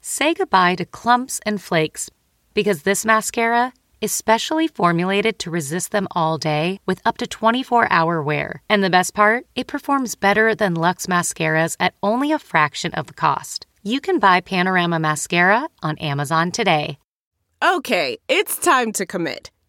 Say goodbye to clumps and flakes because this mascara is specially formulated to resist them all day with up to 24 hour wear. And the best part, it performs better than Luxe mascaras at only a fraction of the cost. You can buy Panorama Mascara on Amazon today. Okay, it's time to commit.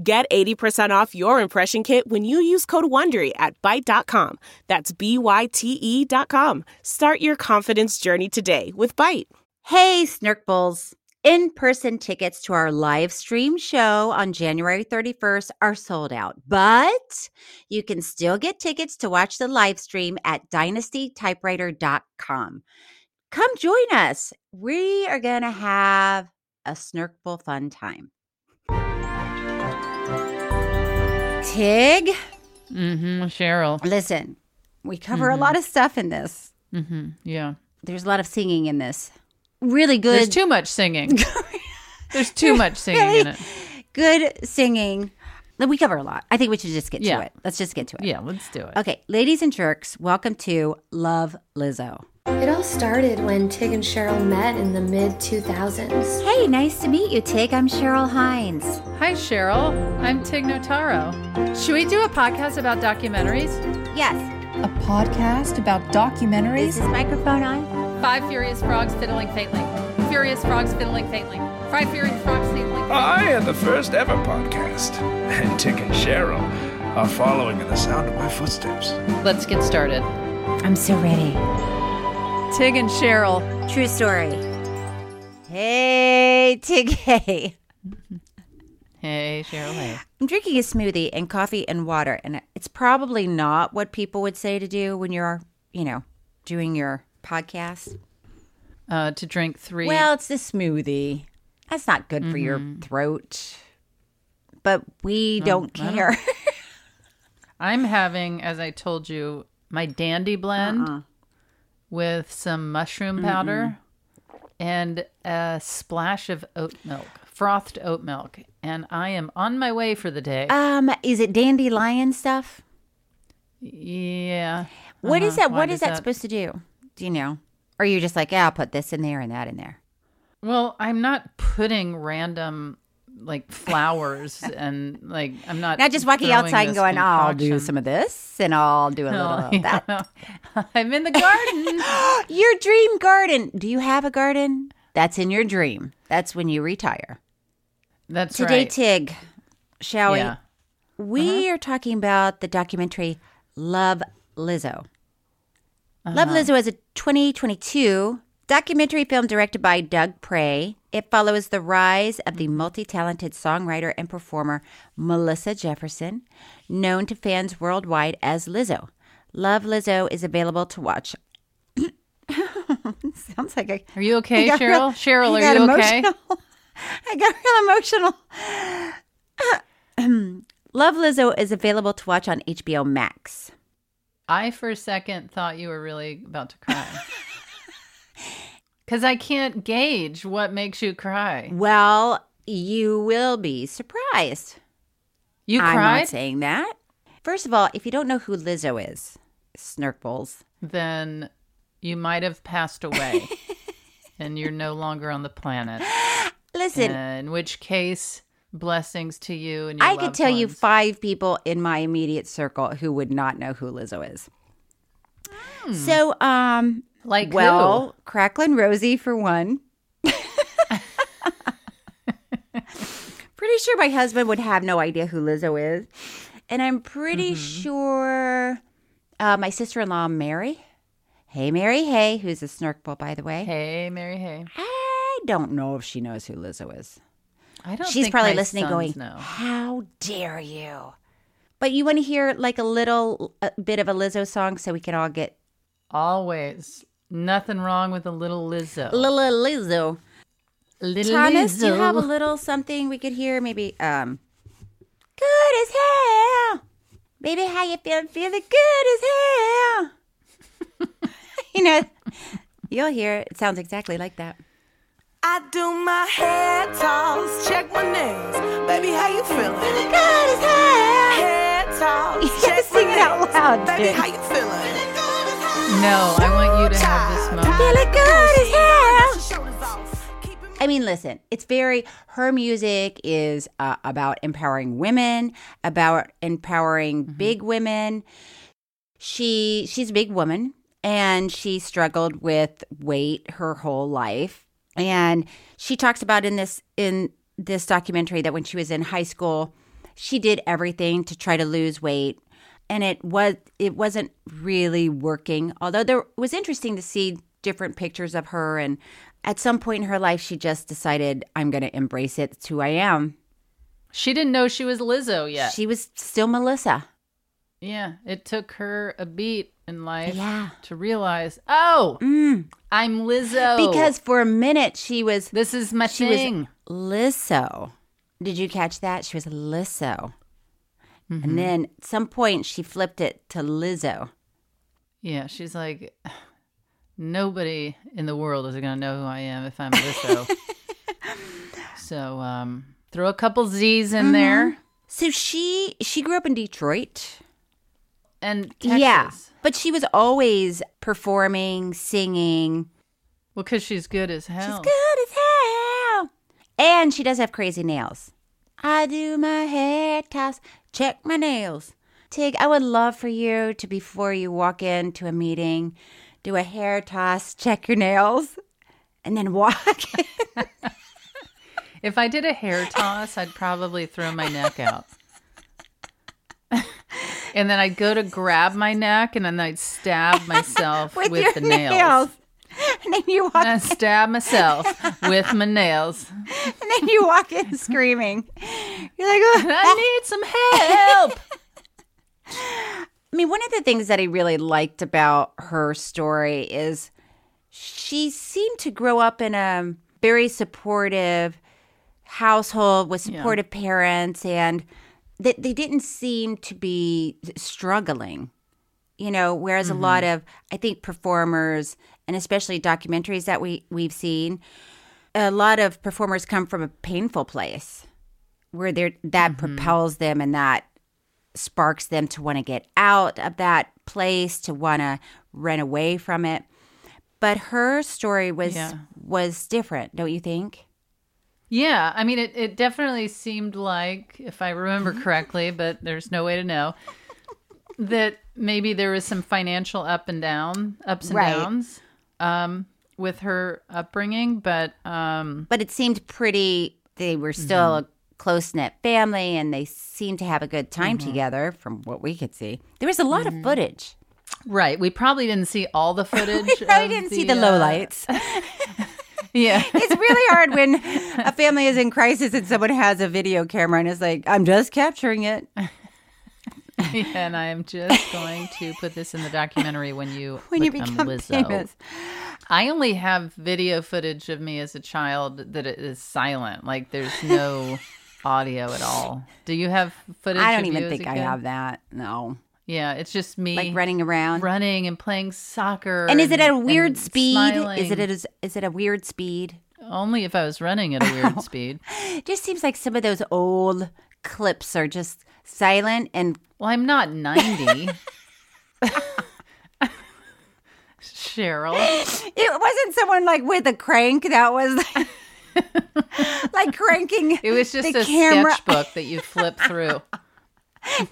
Get 80% off your impression kit when you use code WONDERY at Byte.com. That's B-Y-T-E E dot com. Start your confidence journey today with Byte. Hey, Snirk Bulls. In person tickets to our live stream show on January 31st are sold out, but you can still get tickets to watch the live stream at dynastytypewriter.com. Come join us. We are going to have a Snirkbull fun time. Tig, Mm-hmm. Cheryl. listen, we cover a lot of stuff in this. Mm-hmm. Yeah. There's a lot of singing in this. Really good. There's too much singing. There's too much singing in it. good singing. We cover a lot. I think we should just get Yeah. to it. Let's just get to it. Yeah, let's do it. Okay, ladies and jerks, welcome to Love Lizzo. It all started when Tig and Cheryl met in the mid 2000s. Hey, nice to meet you, Tig. I'm Cheryl Hines. Hi, Cheryl. I'm Tig Notaro. Should we do a podcast about documentaries? Yes, A podcast about is documentaries? this microphone on? Five furious frogs fiddling faintly. Furious frogs fiddling faintly. Five furious frogs fiddling. I am the first ever podcast, and Tick and Cheryl are following in the sound of my footsteps. Let's get started. I'm so ready. Tig and Cheryl. True story. Hey, Tig. Hey. Hey, Cheryl. Hey. I'm drinking a smoothie and coffee and water, and it's probably not what people would say to do when you're, you know, doing your podcast. Uh, to drink three. Well, it's the smoothie. That's not good for your Mm-hmm. throat. But we don't care. I'm having, as I told you, my dandy blend Uh-uh. with some mushroom powder and a splash of oat milk, frothed oat milk. And I am on my way for the day. um, is it dandelion stuff? yeah. What is Uh-huh. that? Why What does is that, that- supposed to do? Do you know? Or you are just like, yeah, I'll put this in there and that in there. Well, I'm not putting random like flowers and like I'm not Not just walking throwing outside and this going, "Oh, I'll do concoction. some of this and I'll do a little No, of that. Oh, yeah. I'm in the garden. Your dream garden. Do you have a garden? That's in your dream. That's when you retire. That's Today, right. Tig, shall Yeah. we? We are talking about the documentary Love Lizzo. Love Lizzo is a 2022 documentary film directed by Doug Prey. It follows the rise of the multi talented songwriter and performer Melissa Jefferson, known to fans worldwide as Lizzo. Love Lizzo is available to watch. Sounds like I. Are you okay, I got Cheryl? real- Cheryl, I are got you okay? emotional. I got real emotional. Love Lizzo is available to watch on HBO Max. I for a second thought you were really about to cry. Cuz I can't gauge what makes you cry. Well, you will be surprised. You I'm not cried? saying that. First of all, if you don't know who Lizzo is, Snurkballs, Then you might have passed away. and you're no longer on the planet. listen, in which case, blessings to you and your I could loved tell you ones. five people in my immediate circle who would not know who Lizzo is. Hmm. So, um, Like well, Cracklin Rosie for one. Pretty pretty sure my husband would have no idea who Lizzo is. And I'm pretty Mm-hmm. sure uh, my sister in law, Mary. Hey, Mary, hey, who's a snarkball, by the way. Hey, Mary. Hey, I don't know if she knows who Lizzo is. I don't. She's think probably my listening, sons going, know. How dare you? But you want to hear like a little uh bit of a Lizzo song so we can all get Always nothing wrong with a little Lizzo. little Lizzo. little Thomas, do you have a Lizzo. little something we could hear? Maybe, um, good as hell. Baby, how you feeling? Feeling good as hell. you know, you'll hear it. It sounds exactly like that. I do my head toss, check my nails. Baby, how you feeling? Good as hell. Head toss, You check gotta my sing it out nails. loud, Baby, dude. how you feeling? No, I want you to have this moment. Feeling good as hell. Shoulders off. Keep it I mean, listen, it's very, her music is uh, about empowering women, about empowering Mm-hmm. big women. She she's a big woman and she struggled with weight her whole life. And she talks about in this in this documentary that when she was in high school, she did everything to try to lose weight and it was it wasn't really working. Although there it was interesting to see different pictures of her and at some point in her life she just decided I'm going to embrace it. It's who I am. She didn't know she was Lizzo yet. She was still Melissa. yeah, it took her a beat in life Yeah. to realize, oh, I'm Lizzo Mm. Because for a minute she was this is my she thing. was Lisso. Did you catch that? She was Lisso. Mm-hmm. And then at some point she flipped it to Lizzo. yeah, she's like, nobody in the world is gonna know who I am if I'm Lizzo. so um, throw a couple Z's in Mm-hmm. there So she she grew up in Detroit. and Texas. Yeah. But she was always performing, singing. Well, because she's good as hell. She's good as hell. And she does have crazy nails. I do my hair toss, check my nails. Tig, I would love for you to, before you walk into a meeting, do a hair toss, check your nails, and then walk. If I did a hair toss, I'd probably throw my neck out. and then I'd go to grab my neck and then I'd stab myself with, your the nails. And then you walk, And I stab myself with my nails. and then you walk in screaming. You're like, oh. I need some help. I mean, one of the things that I really liked about her story is she seemed to grow up in a very supportive household with supportive parents, and they, they didn't seem to be struggling. You know, whereas a lot of I think performers and especially documentaries that we we've seen, a lot of performers come from a painful place where they're that propels them and that sparks them to want to get out of that place to want to run away from it but her story was Yeah. was different don't you think Yeah, I mean, it, it definitely seemed like, if I remember correctly, but there's no way to know, that maybe there was some financial up and down, ups and Right. downs um, with her upbringing. But um, but it seemed pretty they were Mm-hmm. still a close-knit family and they seemed to have a good time Mm-hmm. together from what we could see there was a lot of footage Right. We probably didn't see all the footage. i of didn't see the low uh, lights Yeah. it's really hard when a family is in crisis and someone has a video camera and is like i'm just capturing it and I'm just going to put this in the documentary when you when you become, become um, Lizzo. famous I only have video footage of me as a child that it is silent. Like there's no audio at all. Do you have footage? i of don't even you as think a i kid? have that no Yeah, it's just me like running around running and playing soccer. And is it at a weird and speed? Is it smiling. at a, is it a weird speed? only if I was running at a Oh. weird speed? It just seems like some of those old clips are just silent and Well, I'm not 90. Cheryl. it wasn't someone like with a crank that was like cranking. It was just the a camera. sketchbook that you flip through.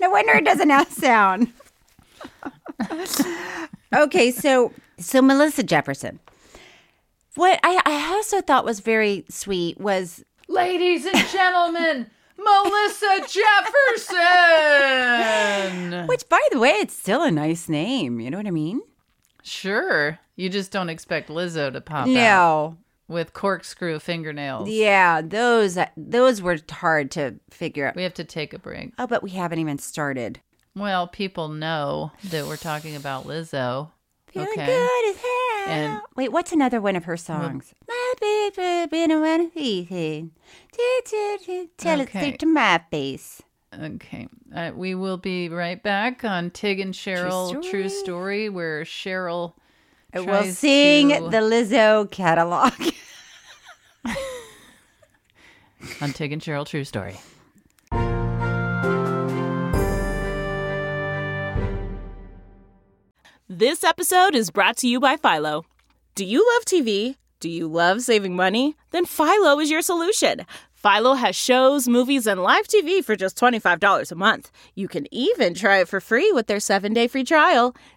No wonder it doesn't have sound. okay, so so Melissa Jefferson. What I, I also thought was very sweet was Ladies and gentlemen, Melissa Jefferson. Which, by the way, it's still a nice name. You know what I mean? Sure. You just don't expect Lizzo to pop out No. with corkscrew fingernails. Yeah, those uh, those were hard to figure out. We have to take a break. Oh, but we haven't even started. Well, people know that we're talking about Lizzo. Feeling Okay. good as hell. And- Wait, what's another one of her songs? My baby been a one eating. Tell it Okay. straight to my face. Okay. Uh, we will be right back on Tig and Cheryl True Story, Story. where Cheryl We'll tries sing to- the Lizzo catalog. on Tig and Cheryl True Story. This episode is brought to you by Philo. Do you love TV? Do you love saving money? Then Philo is your solution. Philo has shows, movies, and live TV for just $25 a month. You can even try it for free with their seven day free trial.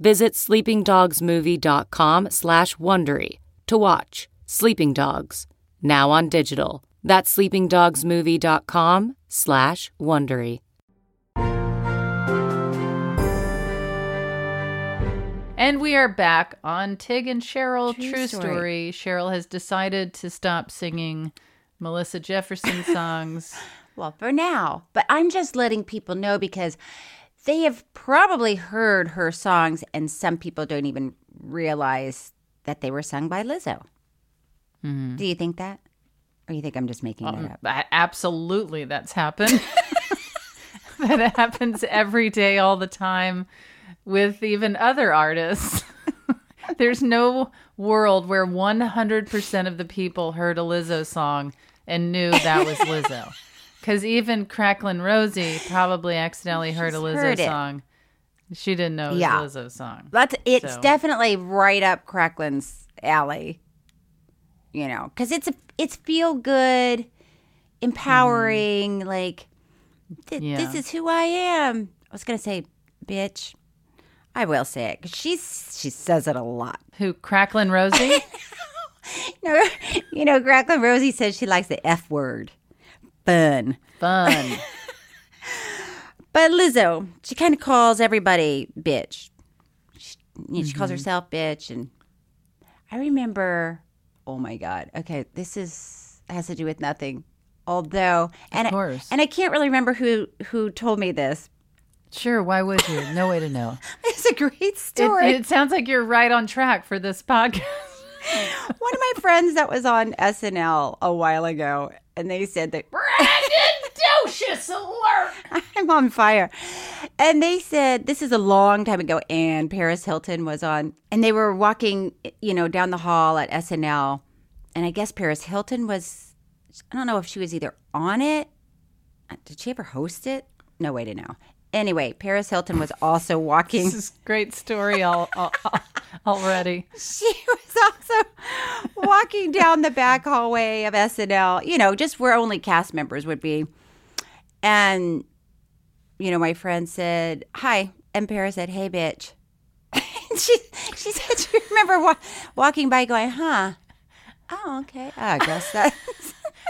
Visit sleepingdogsmovie.com slash Wondery to watch Sleeping Dogs, now on digital. That's sleepingdogsmovie.com slash Wondery. And we are back on Tig and Cheryl True, True Story. Story. Cheryl has decided to stop singing Melissa Jefferson songs. Well, for now. But I'm just letting people know because they have probably heard her songs, and some people don't even realize that they were sung by Lizzo. Do you think that? Or you think I'm just making that up? A- Absolutely, that's happened. that happens every day, all the time, with even other artists. There's no world where 100% of the people heard a Lizzo song and knew that was Lizzo. Because even Cracklin' Rosie probably accidentally heard a She's Lizzo heard it. song. She didn't know it was Yeah. a Lizzo song. That's it's So- definitely right up Cracklin's alley. You know, because it's a, it's feel good, empowering. Like th- Mm-hmm. Yeah. this is who I am. I was gonna say, bitch. I will say it because she's she says it a lot. Who, Cracklin' Rosie? No, you know, Cracklin Rosie says she likes the f word, fun. Fun. But Lizzo, she kind of calls everybody bitch. She, you know, she calls herself bitch, and I remember. Oh my god. Okay, this is has to do with nothing. Although, and course. I, and I can't really remember who who told me this. Sure, why would you? No way to know. It's a great It, story. it sounds like you're right on track for this podcast. One of my friends that was on SNL a while ago, and they said that I'm on fire. And they said, this is a long time ago, and Paris Hilton was on, and they were walking, you know, down the hall at SNL. And I guess Paris Hilton was, I don't know if she was either on it. Did she ever host it? No way to know. Anyway, Paris Hilton was also walking. This is a great story al- al- al- already. she was also walking down the back hallway of SNL, you know, just where only cast members would be. And, you know, my friend said, Hi. And Paris said, Hey, bitch. And she, she said, She remember wa- walking by going, Huh? Oh, okay. I guess that.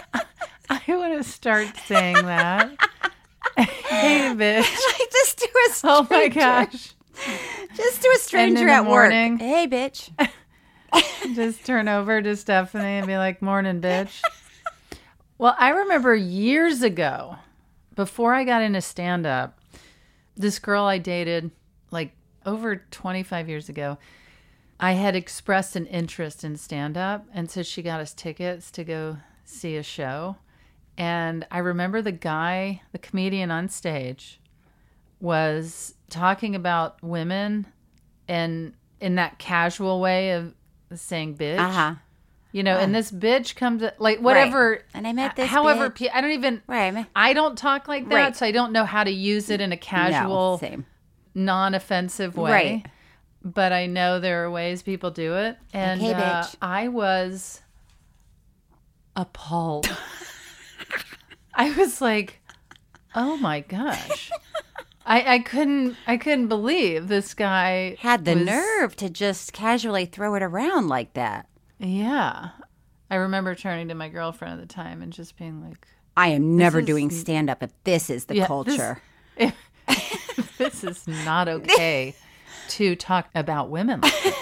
I want to start saying that. hey, bitch. I just do a stranger. Oh my gosh. Just do a stranger the at morning- work. Hey, bitch. Just turn over to Stephanie and be like, morning, bitch. Well, I remember years ago, before I got into stand up, this girl I dated like over 25 years ago, I had expressed an interest in stand up. And so she got us tickets to go see a show. And I remember the guy, the comedian on stage, was talking about women and in that casual way of saying bitch. Uh huh. You know, and this bitch comes like whatever. Uh-huh. And I met this However, bitch. pe- I don't even. Right, I met- I don't talk like that, Right. so I don't know how to use it in a No, casual, same. non-offensive way. Right. But I know there are ways people do it, and Okay, uh, bitch. I was appalled. I was like, "Oh my gosh." I, I couldn't I couldn't believe this guy Had the was- nerve to just casually throw it around like that. Yeah. I remember turning to my girlfriend at the time and just being like, I am never is- doing stand up if this is the Yeah, this- culture. this is not okay to talk about women like this.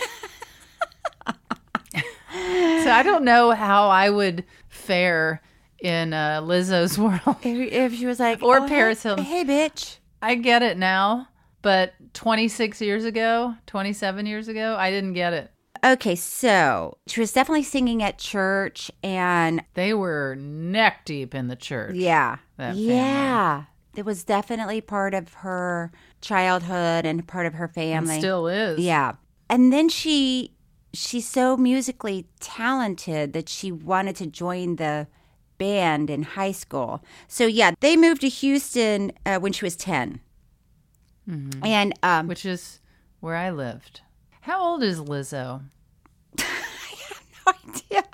so I don't know how I would fare in uh, Lizzo's world. If, if she was like, Or "Oh, hey- Paris Hilton." Hey, bitch. I get it now, but 26 years ago, 27 years ago, I didn't get it. Okay, so she was definitely singing at church, and They were neck deep in the church. yeah, That family. yeah, it was definitely part of her childhood and part of her And family. still is. yeah, and then she she's so musically talented that she wanted to join the band in high school. So yeah, they moved to Houston uh, when she was 10 and um, Mm-hmm. Which is where I lived. How old is Lizzo? no idea.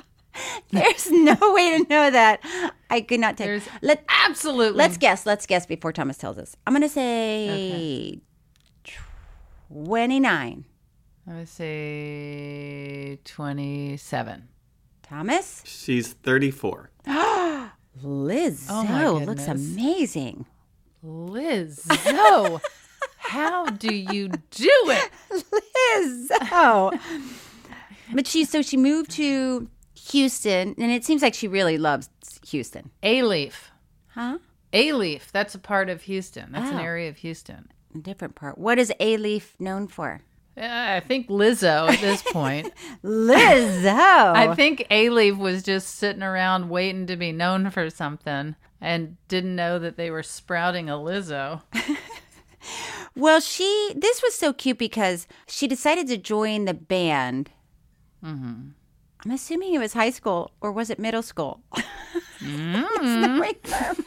There's no way to know that. I could not take. There's Let, Absolutely. Let's guess. Let's guess before Thomas tells us. I'm going to say 29. I would say 27. Thomas? She's 34. Lizzo Oh, my looks goodness. amazing. Lizzo, how do you do it? Lizzo. Oh. but she, so she moved to Houston, and it seems like she really loves Houston. A leaf. Huh? A leaf. That's a part of Houston. That's an Oh. area of Houston. A different part. What is A Leaf known for? Uh, I think Lizzo at this point. Lizzo. Oh. I think A leaf was just sitting around waiting to be known for something and didn't know that they were sprouting a Lizzo. Well, she this was so cute because she decided to join the band. Mm-hmm. I'm assuming it was high school or was it middle school? Mm. It's the right term.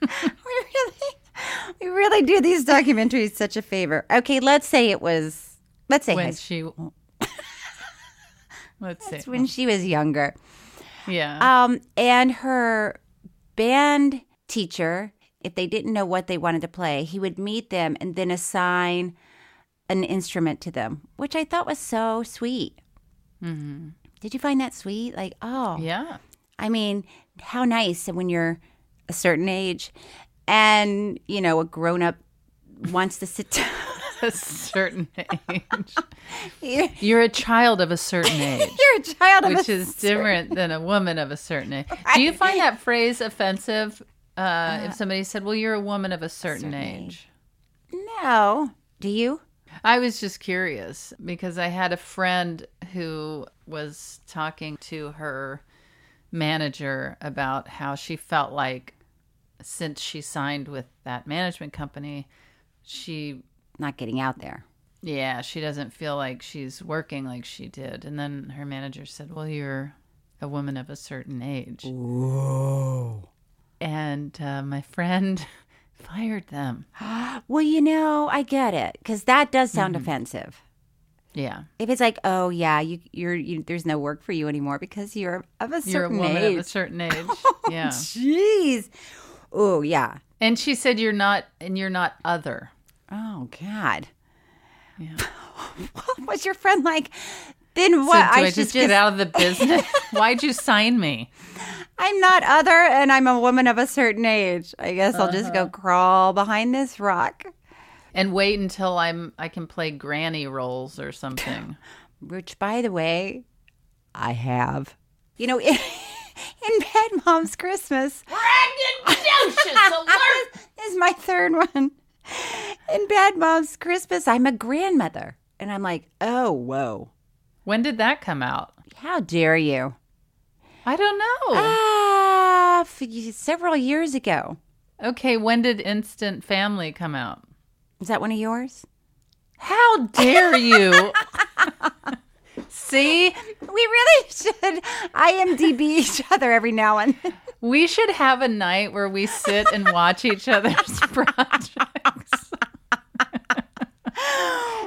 we really, we really do these documentaries such a favor. Okay, let's say it was. Let's say high When school. she. Let's see. when she was younger. yeah. Um, and her band teacher, if they didn't know what they wanted to play, he would meet them and then assign an instrument to them, which I thought was so sweet. Did you find that sweet? Like, oh, Mm-hmm. yeah. I mean, how nice when you're a certain age and, you know, a grown up wants to sit down. A certain age. you're, You're a child of a certain age. you're a child of which a is different than a woman of a certain age. Do you find that phrase offensive uh, if somebody said, "Well, you're a woman of a certain, age. No. Do you? I was just curious because I had a friend who was talking to her manager about how she felt like since she signed with that management company, she Not getting out there. yeah, she doesn't feel like she's working like she did. And then her manager said, Well, you're a woman of a certain age. Whoa. And uh, my friend fired them. Well, you know, I get it because that does sound Mm-hmm. offensive. Yeah. If it's like, oh yeah, you, you're you, there's no work for you anymore because you're of a certain You're a woman age. of a certain age. Yeah. Jeez. Oh yeah. And she said, You're not, and you're not other. Oh God. Yeah. What was your friend like? Then So do what? I, should just, get out of the business? Why'd you sign me? I'm not other, and I'm a woman of a certain age. I guess I'll just Uh-huh. go crawl behind this rock. And wait until I'm I can play granny roles or something. which by the way, I have. You know, in, in Bad Moms Christmas. Brandon alert! my third one. In Bad Moms Christmas, I'm a grandmother. And I'm like, oh, whoa. When did that come out? How dare you? I don't know. Ah, f- several years ago. okay, when did Instant Family come out? Is that one of yours? How dare you? See, We really should IMDb each other every now and then. we should have a night where we sit and watch each other's projects.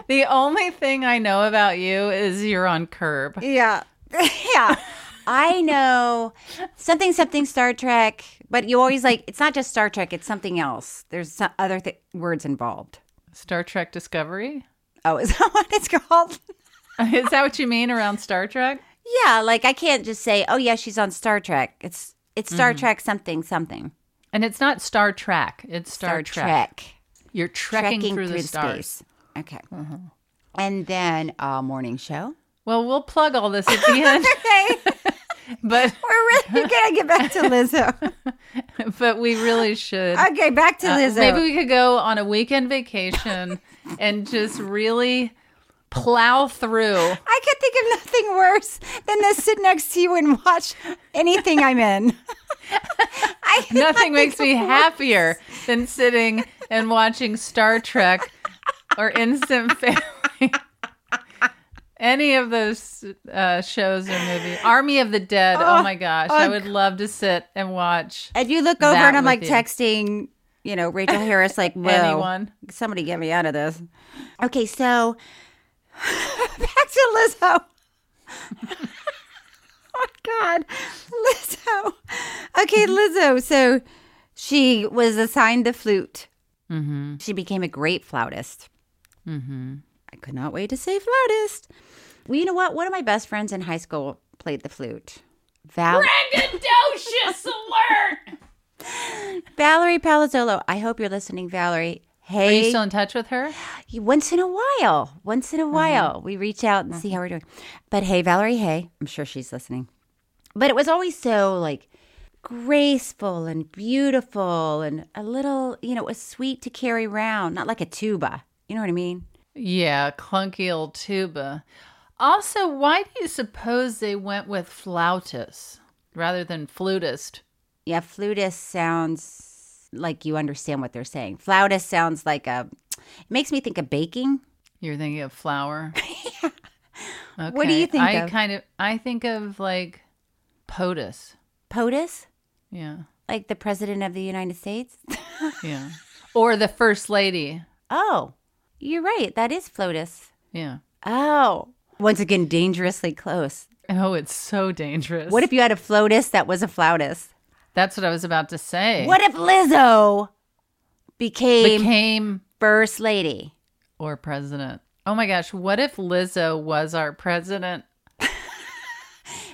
the only thing I know about you is you're on Curb. Yeah. yeah. I know something, something Star Trek, but you always like, it's not just Star Trek, it's something else. There's some other th- words involved. Star Trek Discovery? Oh, is that what it's called? Is that what you mean around Star Trek? Yeah, like I can't just say, "Oh yeah, she's on Star Trek." It's it's Star Trek something something. And it's not Star Trek, it's Star, Trek. You're trekking, through, the stars. Okay. And then uh, morning show. Well, we'll plug all this at the end, Okay, but we're really gonna get back to Lizzo. but we really should. Okay, back to Lizzo. Uh, Maybe we could go on a weekend vacation and just really plow through. I could think of nothing worse than to sit next to you and watch anything I'm in. I could not Nothing think makes of me worse. happier than sitting and watching Star Trek or Instant Family. Any of those uh, shows or movies. Army of the Dead. Oh, my gosh. I would love to sit and watch And you look over That and I'm with like you. texting, you know, Rachel Harris, like, whoa, Anyone. somebody get me out of this. Okay, so back to Lizzo. oh my God, Lizzo. Okay, Mm-hmm. Lizzo. So she was assigned the flute. Mm-hmm. She became a great flautist. Mm-hmm. I could not wait to say flautist. Well, you know what? One of my best friends in high school played the flute. Val- Valerie Palazzolo. I hope you're listening, Valerie. Are you Hey, still in touch with her? you- once in a while, once in a while, we reach out and see how we're doing. But hey, Valerie, hey, I'm sure she's listening. But it was always so like graceful and beautiful and a little, you know, it was sweet to carry around, not like a tuba. You know what I mean? Yeah, clunky old tuba. Also, why do you suppose they went with flautist rather than flutist? Yeah, flutist sounds like you understand what they're saying. Flautist sounds like a, it makes me think of baking. You're thinking of flower. okay. What do you think I of? kind of I think of like POTUS. POTUS, Yeah. like the president of the United States. Yeah. or the first lady. Oh, you're right. That is Flotus. Yeah. Oh. Once again, dangerously close. Oh, it's so dangerous. What if you had a Flotus that was a Flautus? That's what I was about to say. What if Lizzo became, became first lady? or president? Oh my gosh, what if Lizzo was our president?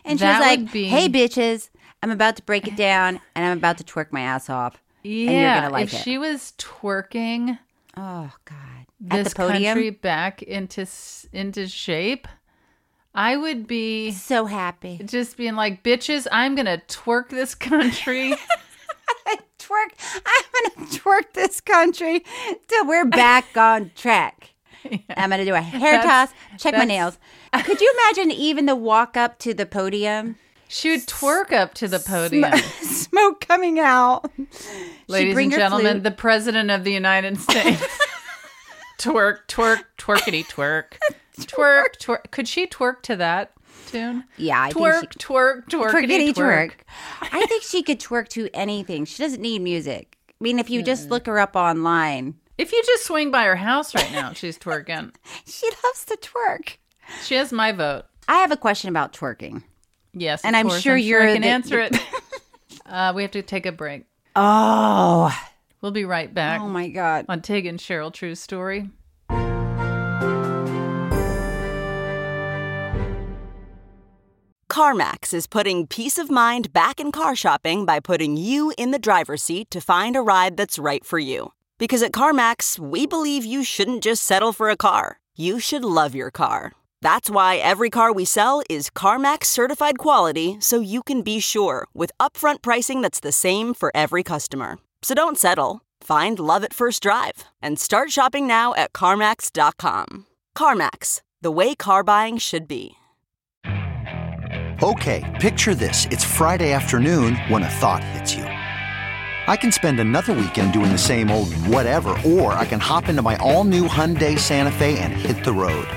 And she That was like, would be- hey, bitches, I'm about to break it down and I'm about to twerk my ass off. Yeah, you're gonna like if it. she was twerking Oh, God. At this the podium. country back into s- into shape, I would be So happy. just being like, "Bitches, I'm gonna twerk this country." Twerk. I'm going to twerk this country till we're back on track. I'm going to do a hair That's- toss, check my nails. that's- Could you imagine even the walk up to the podium? she would twerk up to the podium, smoke coming out. ladies bring and her gentlemen. flute. The president of the United States. twerk, twerk, twerkity twerk, twerk, twerk. Could she twerk to that tune? Yeah, I think twerk, she- twerk, twerkity Forgetty twerk. twerk. I think she could twerk to anything. She doesn't need music. I mean, if you just look her up online, If you just swing by her house right now, she's twerking. she loves to twerk. She has my vote. I have a question about twerking. Yes, And of I'm course. sure you're I can the- answer it. uh, we have to take a break. Oh, We'll be right back oh my God. on Tig and Cheryl True Story. CarMax is putting peace of mind back in car shopping by putting you in the driver's seat to find a ride that's right for you. Because at CarMax, we believe you shouldn't just settle for a car, you should love your car. That's why every car we sell is CarMax certified quality so you can be sure with upfront pricing that's the same for every customer. So don't settle. Find love at first drive and start shopping now at CarMax.com. CarMax, the way car buying should be. Okay, picture this. It's Friday afternoon when a thought hits you. I can spend another weekend doing the same old whatever, or I can hop into my all new Hyundai Santa Fe and hit the road.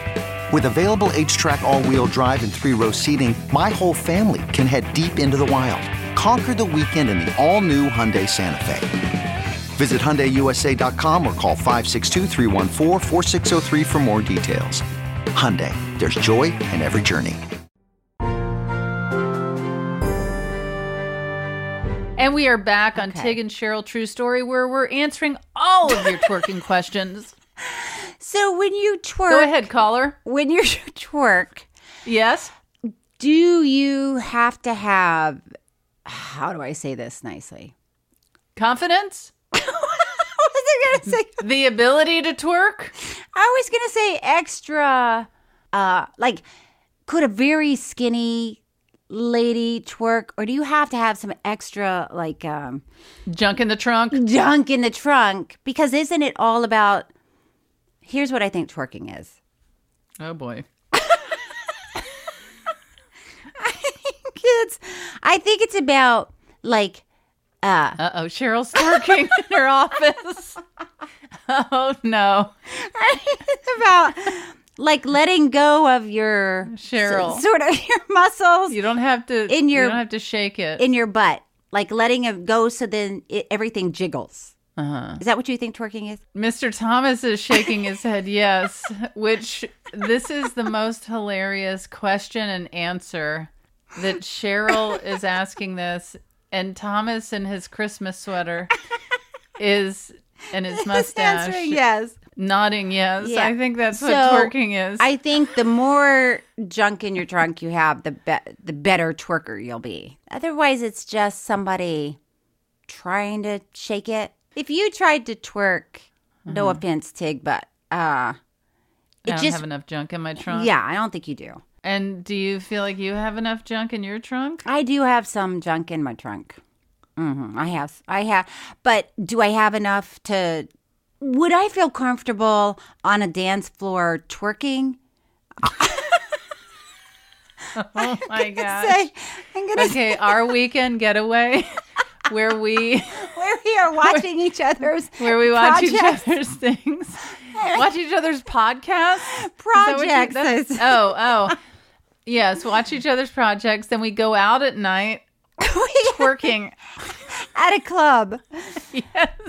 With available H track, all wheel drive, and three row seating, my whole family can head deep into the wild. Conquer the weekend in the all new Hyundai Santa Fe. Visit HyundaiUSA.com or call 562-314-4603 for more details. Hyundai, there's joy in every journey. And we are back on Tig and Cheryl True Story, where we're answering all of your twerking questions. So when you twerk, go ahead, caller. When you twerk, yes, do you have to have? How do I say this nicely? Confidence. was I gonna say? The ability to twerk. I was gonna say extra. Uh, like, could a very skinny lady twerk, or do you have to have some extra like um, junk in the trunk? Junk in the trunk, because isn't it all about? Here's what I think twerking is. Oh boy. I think it's. I think it's about like. Uh oh, Cheryl's twerking in her office. Oh no. it's about like letting go of your Cheryl. s- sort of your muscles. You don't have to in your you don't have to shake it. in your butt, like letting it go, so then it, everything jiggles. Uh-huh. Is that what you think twerking is? Mr. Thomas is shaking his head yes, which this is the most hilarious question and answer that Cheryl is asking this and Thomas in his Christmas sweater is and his mustache answering yes. nodding yes. Yeah. I think that's what So, twerking is. I think the more junk in your trunk you have, the be- the better twerker you'll be. Otherwise, it's just somebody trying to shake it. If you tried to twerk, no offense, Tig, but uh, Uh-huh. I it don't just have enough junk in my trunk. yeah, I don't think you do. And do you feel like you have enough junk in your trunk? I do have some junk in my trunk. hmm I have, I have, but do I have enough to? Would I feel comfortable on a dance floor twerking? Oh my gosh. Say, I'm gonna okay, our weekend getaway where we where we are watching each other's where we watch each projects. other's things, watch each other's podcasts, Is that what you- Projects, that's- I said. Oh, oh, yes, watch each other's projects. Then we go out at night twerking. at a club. yes,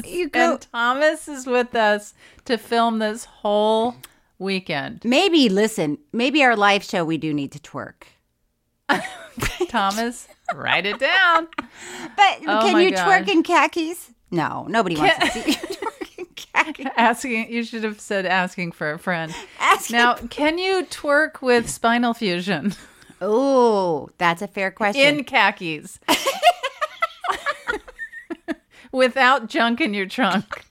You go- and Thomas is with us to film this whole weekend. Maybe listen, maybe our live show we do need to twerk. Thomas, write it down. But Oh can my you God. twerk in khakis? No, nobody wants to see you twerk in khakis. Asking, you should have said asking for a friend. Ask Now, can you twerk with spinal fusion Oh, that's a fair question. in khakis without junk in your trunk?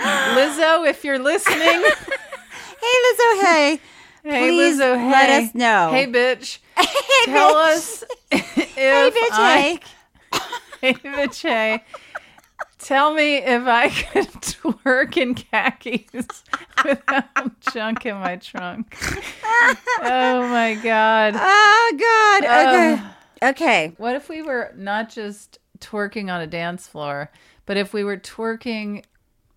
Lizzo, if you're listening, hey Lizzo, hey. hey Please Lizzo, hey, let us know. Hey, bitch, tell us if Hey bitch, I, hey. hey, bitch, hey. Tell me if I could twerk in khakis without junk in my trunk. Oh my god. Um, Oh god. Okay. okay. What if we were not just twerking on a dance floor, but if we were twerking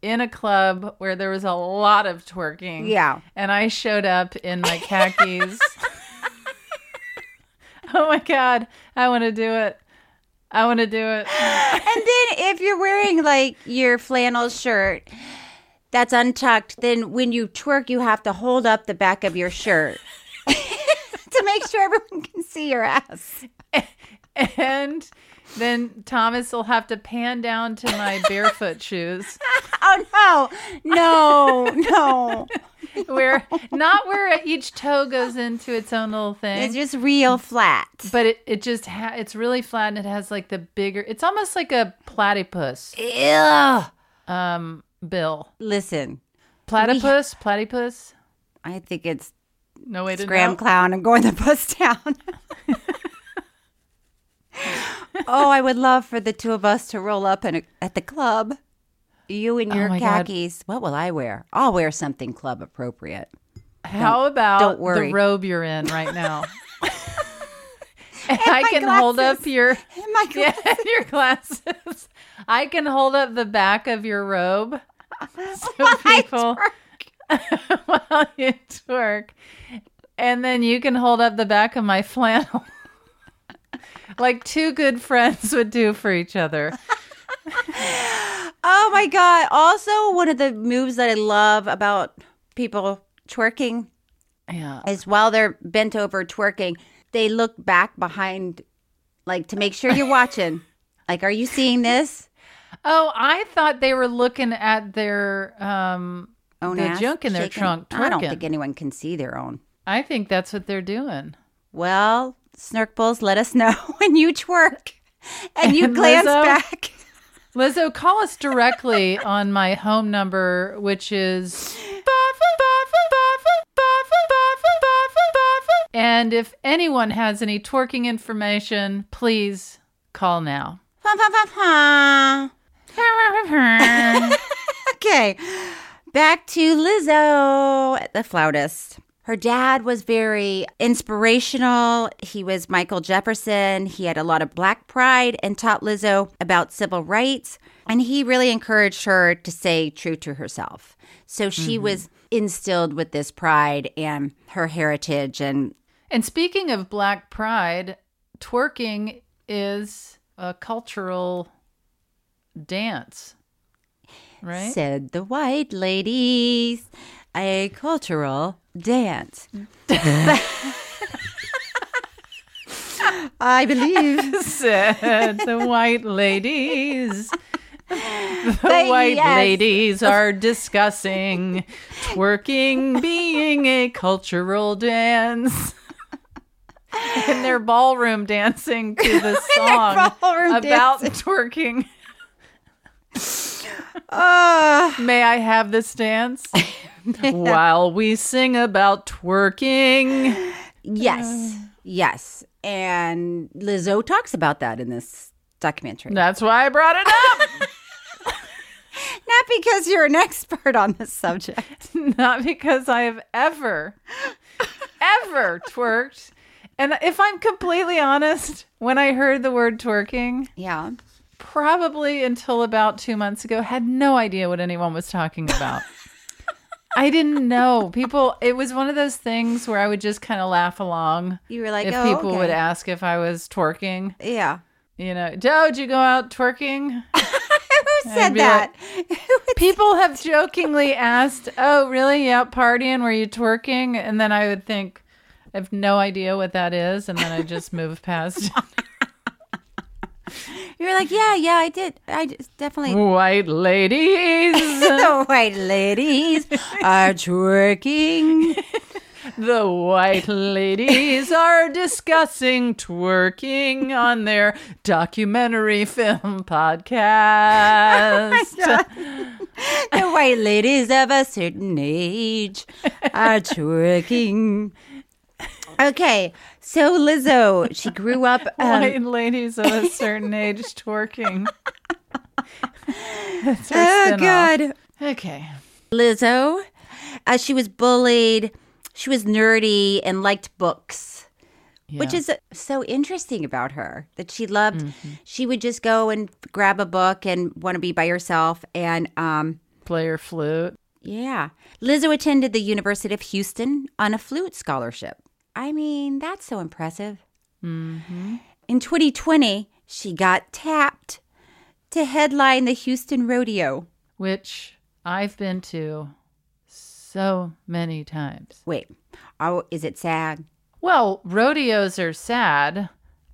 in a club where there was a lot of twerking? Yeah. And I showed up in my khakis. oh my God. I want to do it. I want to do it. And then if you're wearing like your flannel shirt that's untucked, then when you twerk, you have to hold up the back of your shirt to make sure everyone can see your ass. And then Thomas will have to pan down to my barefoot shoes. Oh no, no, no! Where not where each toe goes into its own little thing. It's just real flat. But it, it just ha- it's really flat and it has like the bigger it's almost like a platypus Ugh. um bill. Listen, Platypus, platypus. I think it's No way to Scram know. Clown and going the bus down. oh, I would love for the two of us to roll up in a, at the club. You in Oh your my God. khakis. What will I wear? I'll wear something club appropriate. How Don't- about don't worry. the robe you're in right now? and I can hold up your my Yeah, your glasses. I can hold up the back of your robe so people while you twerk, and then you can hold up the back of my flannel, like two good friends would do for each other. Oh my God. Also, one of the moves that I love about people twerking yeah. is while they're bent over twerking, they look back behind, like to make sure you're watching. like, are you seeing this? Oh, I thought they were looking at their um Own the ass junk in their shaking? trunk. Twerking. I don't think anyone can see their own. I think that's what they're doing. Well, snark bulls, let us know when you twerk and you And glance Lizzo? back. Lizzo, call us directly on my home number, which is. And if anyone has any twerking information, please call now. Fun, fun, fun, fun. okay. Back to Lizzo, the flautist. Her dad was very inspirational. He was Michael Jefferson. He had a lot of black pride and taught Lizzo about civil rights. And he really encouraged her to stay true to herself. So she was instilled with this pride and her heritage. And And speaking of Black Pride, twerking is a cultural dance, right? said the white ladies, a cultural dance. I believe. said the white ladies. The But white yes. ladies are discussing twerking being a cultural dance. And they're ballroom dancing to the song ballroom about dancing. twerking. Uh, May I have this dance? While we sing about twerking. Uh. yes. Yes. And Lizzo talks about that in this documentary. That's why I brought it up. Not because you're an expert on this subject. not because I have ever, ever twerked. And if I'm completely honest, when I heard the word twerking, Yeah. probably until about two months ago, had no idea what anyone was talking about. I didn't know. People, it was one of those things where I would just kind of laugh along. You were like, if oh, people okay. would ask if I was twerking, Yeah. you know, oh, did you go out twerking? Who said be that? People have jokingly asked, "Oh, really? You out partying? Were you twerking?" And then I would think, "I have no idea what that is," and then I just move past. you were like, yeah, yeah, I did. I just definitely. White ladies, the white ladies are twerking. the white ladies are discussing twerking on their documentary film podcast. The white ladies of a certain age are twerking. Okay, so Lizzo, she grew up. Um, White ladies of a certain age twerking. That's her oh, spin-off. God. Okay. Lizzo, uh, she was bullied. She was nerdy and liked books, which Yeah. Mm-hmm. is uh, so interesting about her that she loved. She would just go and grab a book and want to be by herself. And um, player flute. yeah, Lizzo attended the University of Houston on a flute scholarship. I mean, that's so impressive. Mm-hmm. In 2020, she got tapped to headline the Houston Rodeo. which I've been to so many times. Wait, oh, is it sad? Well, rodeos are sad.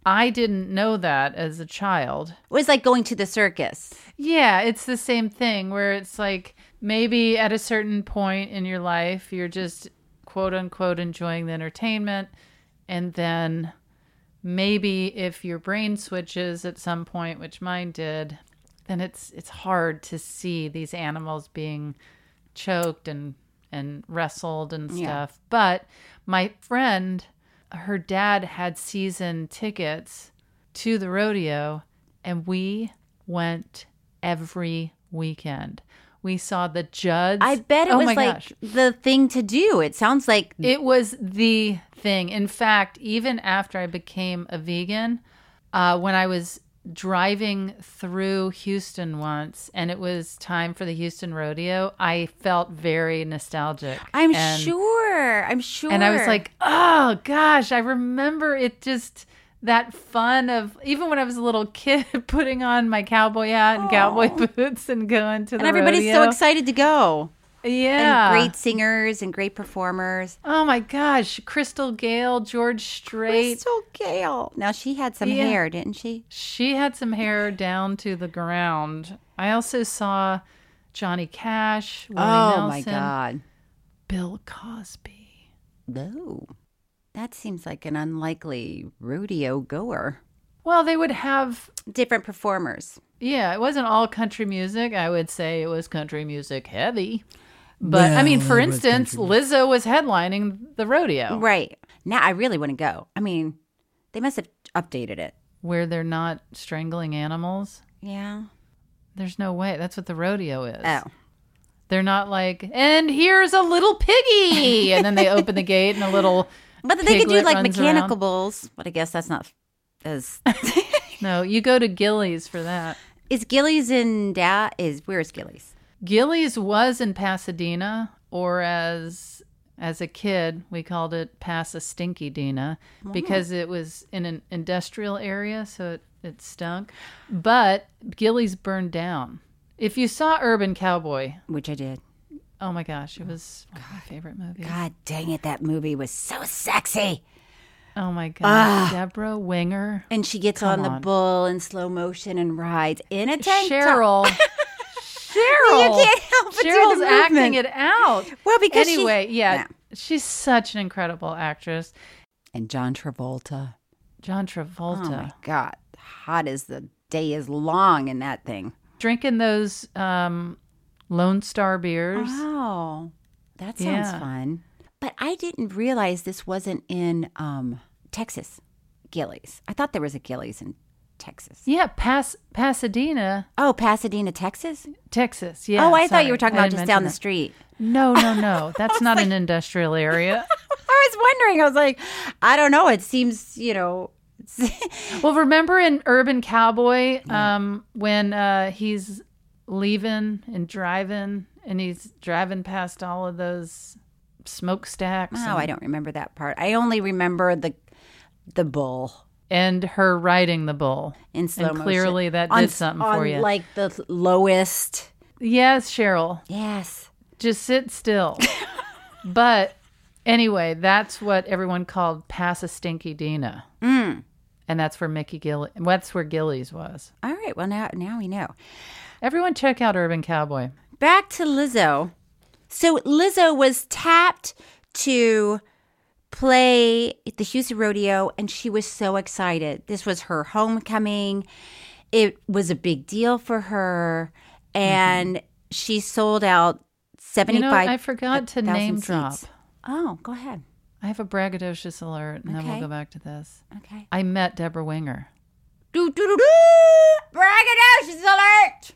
I didn't know that as a child. It was like going to the circus. Yeah, it's the same thing where it's like maybe at a certain point in your life, you're just quote unquote enjoying the entertainment. And then maybe if your brain switches at some point, which mine did, then it's it's hard to see these animals being choked and and wrestled and stuff. But my friend, her dad had season tickets to the rodeo, and we went every weekend. We saw the judge. I bet oh it was like the thing to do. It sounds like it was the thing. In fact, even after I became a vegan, uh, when I was driving through Houston once and it was time for the Houston rodeo, I felt very nostalgic. I'm And- sure. I'm sure. And I was like, oh gosh, I remember it just that fun of even when I was a little kid putting on my cowboy hat and cowboy boots and going to the and everybody's so rodeo. excited to go. Yeah. And great singers and great performers. Oh my gosh, Crystal Gale, George Strait. Crystal Gale. Now she had some Yeah. hair, didn't she? She had some hair down to the ground. I also saw Johnny Cash. Willie Oh, my Nelson, God. Bill Cosby. No. That seems like an unlikely rodeo goer. Well, they would have different performers. Yeah, it wasn't all country music. I would say it was country music heavy. But I mean, Well, for it was instance, country Lizzo was headlining the rodeo. Right. Oh. Now I really want to go. I mean, they must have updated it. Where they're not strangling animals. Yeah. There's no way. That's what the rodeo is. Oh. They're not like, and here's a little piggy. And then they open the gate and a little. But they could do piglet like runs mechanical around. bulls, but I guess that's not as No, you go to Gillies for that. Is Gillies in da- is where is Gillies? Gillies was in Pasadena, or as as a kid, we called it Pass a Stinky Dina because it was in an industrial area, so it, it stunk. But Gillies burned down. If you saw Urban Cowboy, which I did, oh my gosh, it was one of my favorite movie. God dang it, that movie was so sexy. Oh my Ah. gosh, Deborah Winger, And she gets Come on the on. bull in slow motion and rides in a tank top. Cheryl. You Cheryl, can't help but do the Cheryl's acting movement. it out. Well, because she- anyway, yeah, she's such an incredible actress. And John Travolta. John Oh Travolta. my god, hot as the day is long in that thing. drinking those um, Lone Star beers. Ah. Wow. That sounds Yeah. fun. But I didn't realize this wasn't in um, Texas, Gillies. I thought there was a Gillies in Texas. Yeah, Pas- Pasadena, Oh, Pasadena, Texas? Texas. Yeah. oh, I thought sorry. you were talking I about didn't just down mention the that. street. No, no, no. That's not an industrial area. I was wondering. I was like, I don't know. It seems, you know, well, remember in Urban Cowboy um, when uh, he's leaving and driving and he's driving past all of those smokestacks? oh, I and- don't remember that part. I only remember the the bull And her riding the bull. in slow and motion. clearly that On- did something for on, you. Like the lowest. Yes, Cheryl. Yes. Just sit still. but anyway, that's what everyone called Pass a Stinky Dina. Mm. And that's where Mickey Gill that's where Gillies was. All right. Well, now now we know. Everyone check out Urban Cowboy. back to Lizzo. So Lizzo was tapped to play at the Houston Rodeo, and she was so excited. This was her homecoming. It was a big deal for her, and she sold out Mm-hmm. You seventy know, five. I forgot to name drop. Oh, go ahead. I have a braggadocious alert and then Okay. we'll go back to this. Okay. I met Deborah Winger. Do do do do. Braggadocious alert.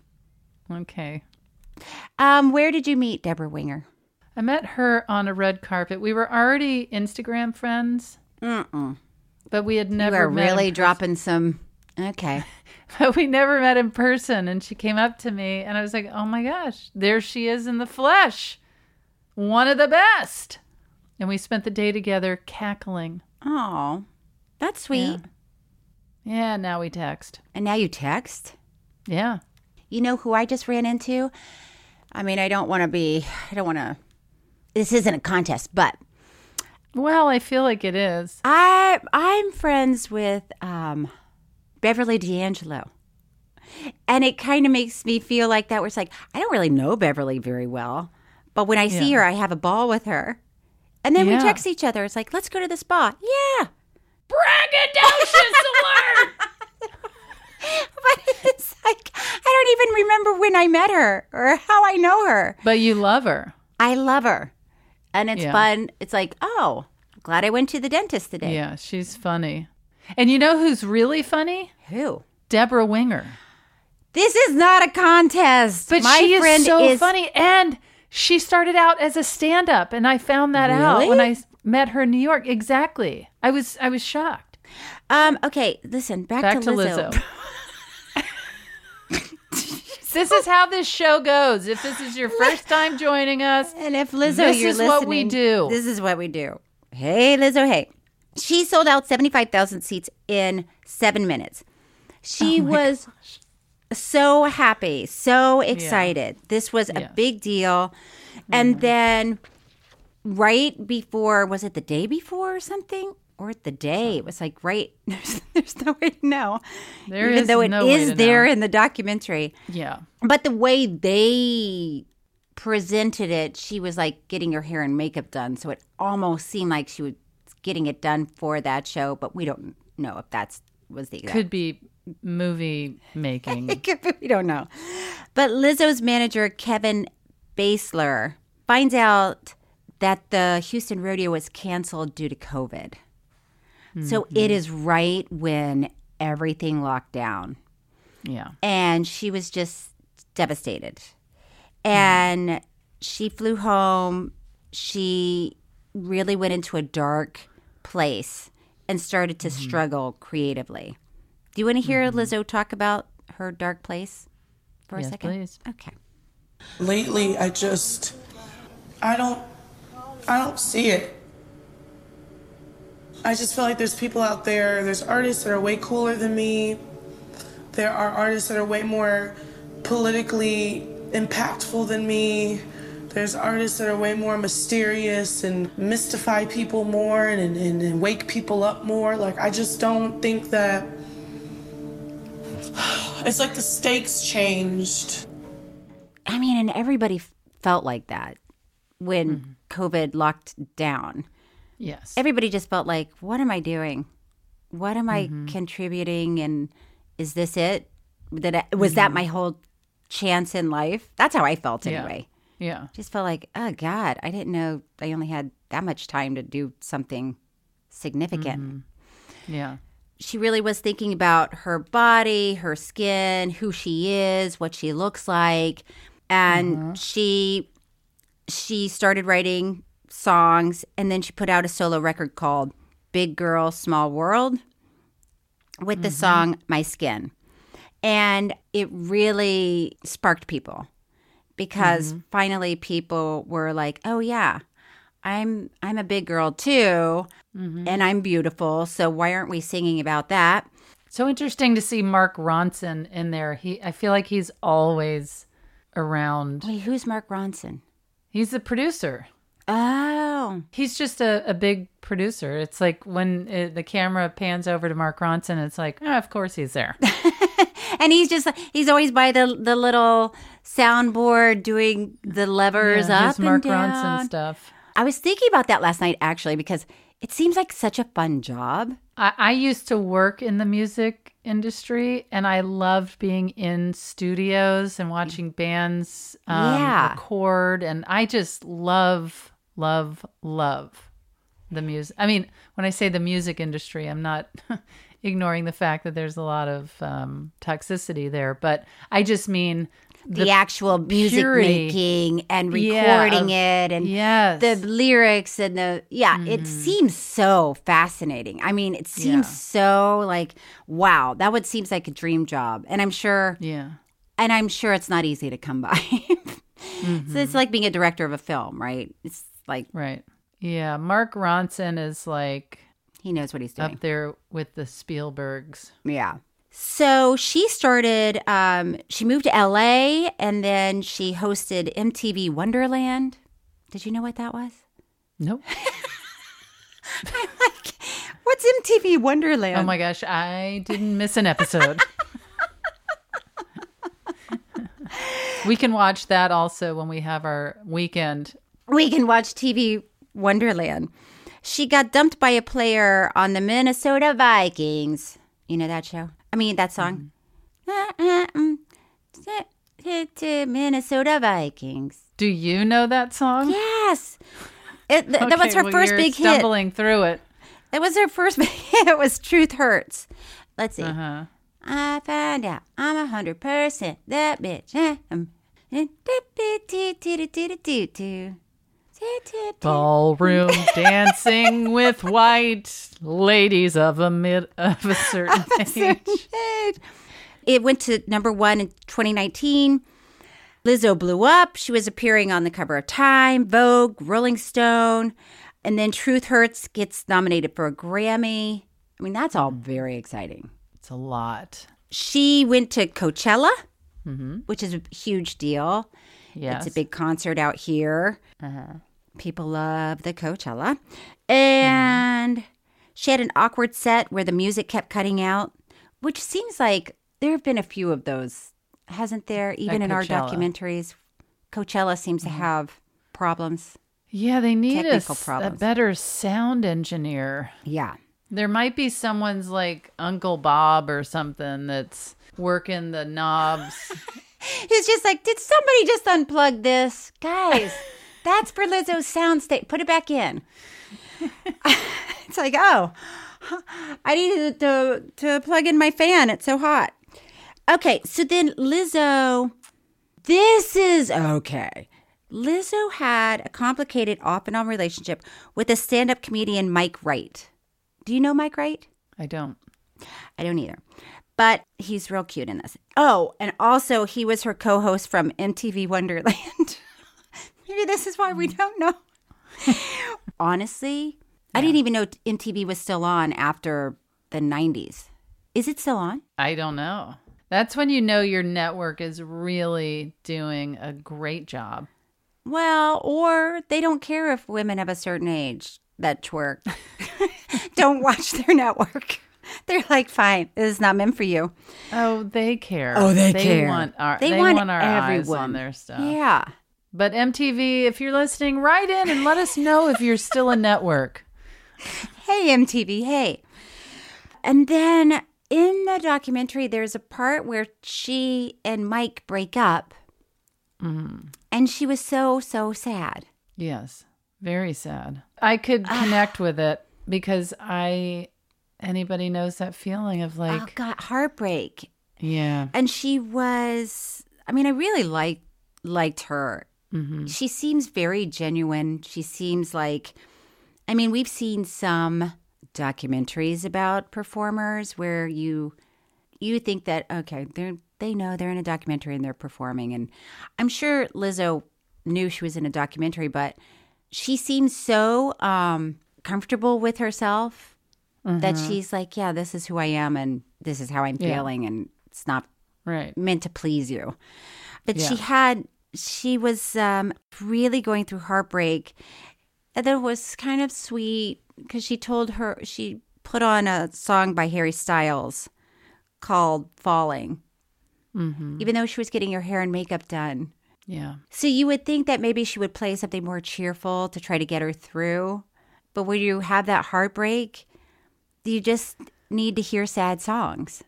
Okay. Um, where did you meet Deborah Winger? I met her on a red carpet. We were already Instagram friends, Mm-mm. but we had You never are met in really dropping some. Okay. but we never met in person. And she came up to me, and I was like, oh my gosh, there she is in the flesh. One of the best. And we spent the day together cackling. Oh, that's sweet. Yeah, now we text. And now you text? Yeah. You know who I just ran into? I mean, I don't want to be, I don't want to, this isn't a contest, but Well, I feel like it is. I, I'm friends with um, Beverly D'Angelo. And it kind of makes me feel like that, where it's like, I don't really know Beverly very well, but when I see Yeah. her, I have a ball with her. And then Yeah. we text each other. It's like, let's go to the spa. Yeah. Braggadocious alert! But it's like, I don't even remember when I met her or how I know her. But you love her. I love her. And it's Yeah. fun. It's like, oh, glad I went to the dentist today. Yeah, she's funny. And you know who's really funny? Who? Deborah Winger. This is not a contest. But My she friend is so is- funny. And she started out as a stand up. And I found that out Really? when I s- met her in New York. Exactly. I was I was shocked. Um, okay, listen, back, Back to Lizzo. This is how this show goes. If this is your first time joining us, and if Lizzo, this you're is what we listening, do. This is what we do. Hey, Lizzo, hey. She sold out 75,000 seats in seven minutes. Oh She was so happy, so excited. This was a big deal. Mm-hmm. And then, right before, was it the day before or something? Or the day? It was like right, there's, there's no way to know. There Even is though it is no way to there know. in the documentary. yeah. But the way they presented it, she was like getting her hair and makeup done. So it almost seemed like she was getting it done for that show, but we don't know if that's was the exact. Could be movie making. we don't know. But Lizzo's manager, Kevin Basler, finds out that the Houston rodeo was canceled due to COVID. So it is right when everything locked down yeah. and she was just devastated. Hmm. And she flew home. She really went into a dark place and started Mm-hmm. to struggle creatively. Do you want to hear Lizzo talk about her dark place for Yes, a second? please. Okay. Lately, I just, I don't, I don't see it. I just feel like there's people out there. There's artists that are way cooler than me. There are artists that are way more politically impactful than me. There's artists that are way more mysterious and mystify people more and, and- and, and wake people up more. Like, I just don't think that. It's like the stakes changed. I mean, and everybody f- felt like that when Mm-hmm. COVID locked down. Yes. Everybody just felt like, what am I doing? What am I contributing? And is this it? Did I, was that my whole chance in life? That's how I felt Yeah. anyway. Yeah. Just felt like, oh God, I didn't know I only had that much time to do something significant. Yeah. She really was thinking about her body, her skin, who she is, what she looks like. And she she started writing songs and then she put out a solo record called Big Girl Small World with the song My Skin. And it really sparked people because finally people were like, "Oh yeah, I'm I'm a big girl too Mm-hmm. and I'm beautiful, so why aren't we singing about that?" So interesting to see Mark Ronson in there. He I feel like he's always around. Wait, who's Mark Ronson? He's a producer. Oh. He's just a, a big producer. It's like when uh the camera pans over to Mark Ronson, it's like, ah, of course he's there. And he's just he's always by the the little soundboard doing the levers Yeah, up his Mark and down. Ronson stuff. I was thinking about that last night actually because it seems like such a fun job. I, I used to work in the music industry and I loved being in studios and watching bands um, Yeah. record. And I just love, love, love the music. I mean, when I say the music industry, I'm not ignoring the fact that there's a lot of um, toxicity there, but I just mean The, actual music purity. making and Yeah, recording of- it and Yes. Mm-hmm. the lyrics and the yeah, it seems so fascinating. I mean, it seems so like wow, that would seems like a dream job. And I'm sure yeah. and I'm sure it's not easy to come by. So Mm-hmm. it's like being a director of a film, right? It's like Right. Yeah. Mark Ronson is like he knows what he's doing. up there with the Spielbergs. Yeah. So she started, um, she moved to LA and then she hosted MTV Wonderland. Did you know what that was? Nope. What's MTV Wonderland? Oh my gosh, I didn't miss an episode. we can watch that also when we have our weekend. we can watch TV Wonderland. She got dumped by a player on the Minnesota Vikings. You know that show? I mean, that song. Mm-hmm. Uh-uh, mm. Minnesota Vikings. Do you know that song? Yes. It, th- that was Okay, her well, first you're big hit. stumbling through it. That was her first video. it was Truth Hurts. Let's see. Uh-huh. I found out I'm a hundred percent that bitch. Eh, um, eh, do, do, do, do, do, do, do, do. Do, do, do. Ballroom dancing with white ladies of a mid of a certain age. It went to number one in 2019. Lizzo blew up. She was appearing on the cover of Time, Vogue, Rolling Stone. And then Truth Hurts gets nominated for a Grammy. I mean, that's all very exciting. It's a lot. She went to Coachella, Mhm. which is a huge deal. Yes. Uh-huh. It's a big concert out here. People love the Coachella. And she had an awkward set where the music kept cutting out, which seems like there have been a few of those, hasn't there? Even in our Coachella. Mm-hmm. documentaries, Coachella seems to have problems. Yeah, they need a, Technical s- a problems. better sound engineer. Yeah. There might be someone's like Uncle Bob or something that's working the knobs. It's just like, did somebody just unplug this? Guys, that's for Lizzo's soundstage. Put it back in. it's like, oh, huh, I needed to, to plug in my fan. It's so hot. Okay, so then Lizzo, this is okay. Lizzo had a complicated off and on relationship with a stand up comedian, Mike Wright. Do you know Mike Wright? I don't. I don't either. But he's real cute in this. Oh, and also he was her co-host from MTV Wonderland. Maybe this is why we Mm. don't know. Honestly, I didn't even know MTV was still on after the 90s. Is it still on? I don't know. That's when you know your network is really doing a great job. Well, or they don't care if women of a certain age that twerk don't watch their network. They're like, fine, this is not meant for you. Oh, they care. Oh, they, care. Want our, they, want, want, our eyes everyone. on their stuff. Yeah. But MTV, if you're listening, write in and let us know if you're still a network. hey MTV, hey. And then in the documentary, there's a part where she and Mike break up, and she was so so sad. Yes. Very sad. I could Ah. connect with it because I anybody knows that feeling of like oh God, heartbreak. yeah. And she was. I mean, I really liked liked her. Mm-hmm. She seems very genuine. She seems like. I mean, we've seen some documentaries about performers where you you think that okay they're they know they're in a documentary and they're performing and i'm sure lizzo knew she was in a documentary but she seems so um comfortable with herself that Mhm. she's like yeah this is who i am and this is how i'm Yeah. feeling and it's not Right. meant to please you but she Yeah. had she was um really going through heartbreak and that was kind of sweet because she told her she put on a song by harry styles called falling Mhm. even though she was getting her hair and makeup done. Yeah. So you would think that maybe she would play something more cheerful to try to get her through. But when you have that heartbreak, you just need to hear sad songs.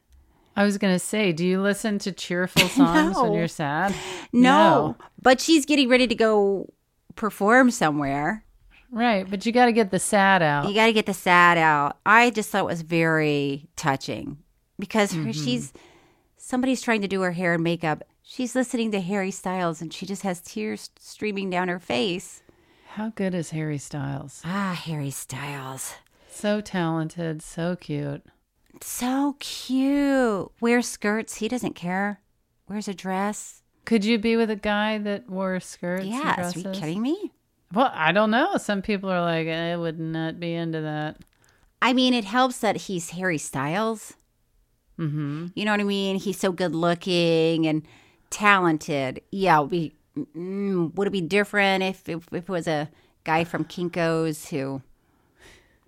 I was going to say, do you listen to cheerful songs when No. you're sad? No, but she's getting ready to go perform somewhere. No. Right, but you got to get the sad out. You got to get the sad out. I just thought it was very touching because her, Mhm. she's somebody's trying to do her hair and makeup. She's listening to Harry Styles and she just has tears streaming down her face. How good is Harry Styles? Ah, Harry Styles. So talented, so cute. So cute. Wears skirts. He doesn't care. Wears a dress. Could you be with a guy that wore skirts? and yes. Are you dresses? kidding me? Well, I don't know. Some people are like, I would not be into that. I mean, it helps that he's Harry Styles. Mm-hmm. You know what I mean? He's so good looking and talented. Yeah, it would be, mm, would it be different if, if, if it was a guy from Kinko's who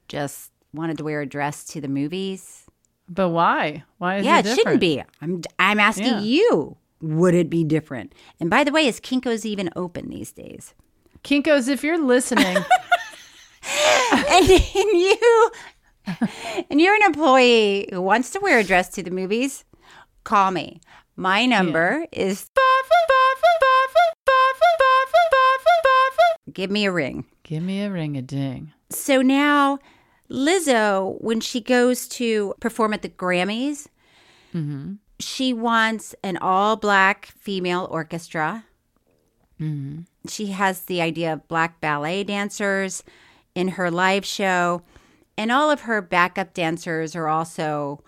just wanted to wear a dress to the movies? But why? Why is yeah, it it different? shouldn't be. I'm I'm asking Yeah. you. Would it be different? And by the way, is Kinko's even open these days? Kinkos, if you're listening, and, and you and you're an employee who wants to wear a dress to the movies, call me. My number is give me a ring. give me a ring a ding. So now Lizzo, when she goes to perform at the Grammys, Mm-hmm. she wants an all black female orchestra. Mm-hmm. She has the idea of black ballet dancers in her live show. And all of her backup dancers are also